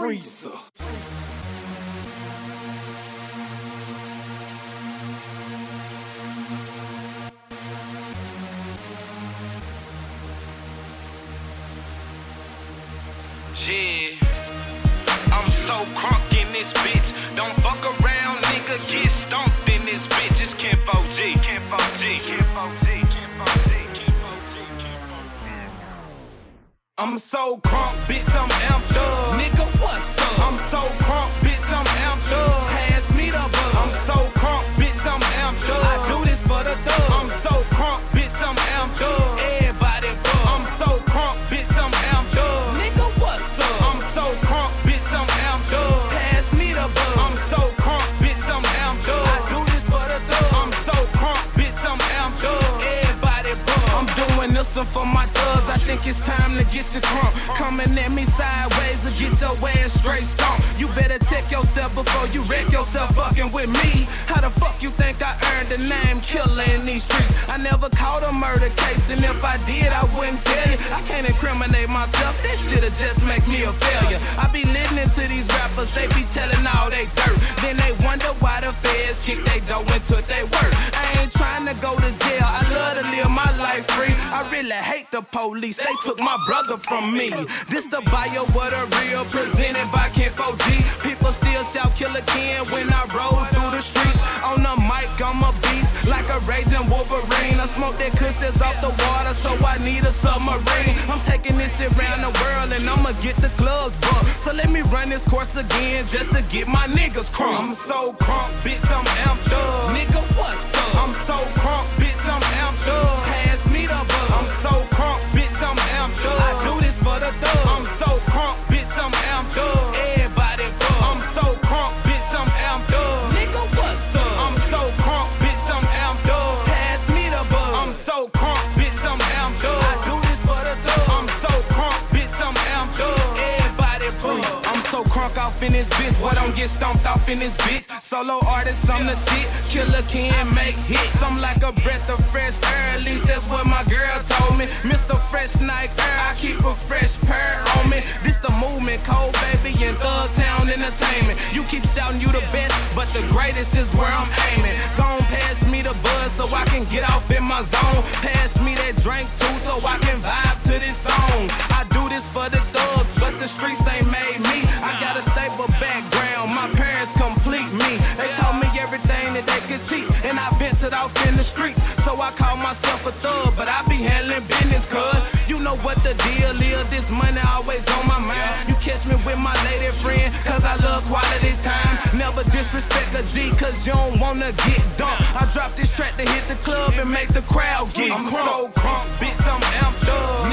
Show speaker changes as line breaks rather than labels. Freezer.
Yeah. I'm so crunk in this bitch. Don't fuck around, nigga. Get stomped in this bitch. It's Kenfo G. Kenfo G. Kenfo G. Kenfo G. Kenfo G. I'm so crunk, bitch. I'm amped up. Nigga, what's up? I'm so crunk, bitch. I'm amped up. Pass me the bug. I'm so crunk, bitch. I'm amped up. I do this for the thug. I'm so crunk, bitch. I'm amped up. Everybody bug. I'm so crunk, bitch. I'm amped up. Nigga, what's up? I'm so crunk, bitch. I'm amped up. Pass me the bug. I'm so crunk, bitch. I'm amped up. I do this for the thug. I'm so crunk, bitch. I'm amped up. Everybody bug. I'm doing this one for my thugs. I think it's time to get your crump. Coming at me sideways or get your ass straight stomp. You better check yourself before you wreck yourself fucking with me. How the fuck you think I earned the name killer in these streets? I never caught a murder case, and if I did, I wouldn't tell you. I can't incriminate myself. That shit'll just make me a failure. I be listening to these rappers, they be telling all they dirt. Then they wonder why the feds kick they dough and took they work. I ain't trying to go to jail. I love to live my life free. I really hate the police. They took my brother from me. This the bio what a real presented by Kenfo G. People still shout killer Ken when I roll through the streets. On the mic, I'm a beast like a raging Wolverine. I smoke that kush that's off the water, so I need a submarine. I'm taking this shit around the world and I'ma get the clubs booked. So let me run this course again just to get my niggas crunk. I'm so crunk, bitch, I'm amped up. Nigga, what's up? I'm so crunk, bitch, I'm amped up. Pass me the bug. I'm so crunk, bitch, I'm amped up. I do this for the thug. I'm so crunk, bitch, I'm amped up. Everybody bug. I'm so crunk, bitch, I'm amped up. Nigga, what's up? I'm so crunk, bitch, I'm amped up. Pass me the bug. I'm so crunk, bitch, I'm amped up. I do this for the thug. I'm so crunk, bitch, I'm amped up. Everybody bug. I'm so crunk off in this bitch, but don't get stomped off in this bitch. Solo artist, I'm the shit. Killer can make hits. I'm like a breath of fresh air. At least that's what my girl told me. Mr. Fresh Night Air, I keep a fresh pair on me. This the movement, cold baby and Thug Town Entertainment. You keep shouting you the best, but the greatest is where I'm aiming. Gone pass me the buzz so I can get off in my zone. Pass me that drink too so I can vibe to this song. I do this for the thugs, but the streets ain't made me. I got a stable background, my parents complete me. They taught me everything that they could teach, and I ventured off in the streets. So I call myself a thug, but I be handling business, cuz. You know what the deal is, this money always on my mind. You catch me with my lady friend, cause I love quality time. Never disrespect a G, cause you don't wanna get dumped. I drop this track to hit the club and make the crowd get I'm so crunk, bitch, I'm amped up.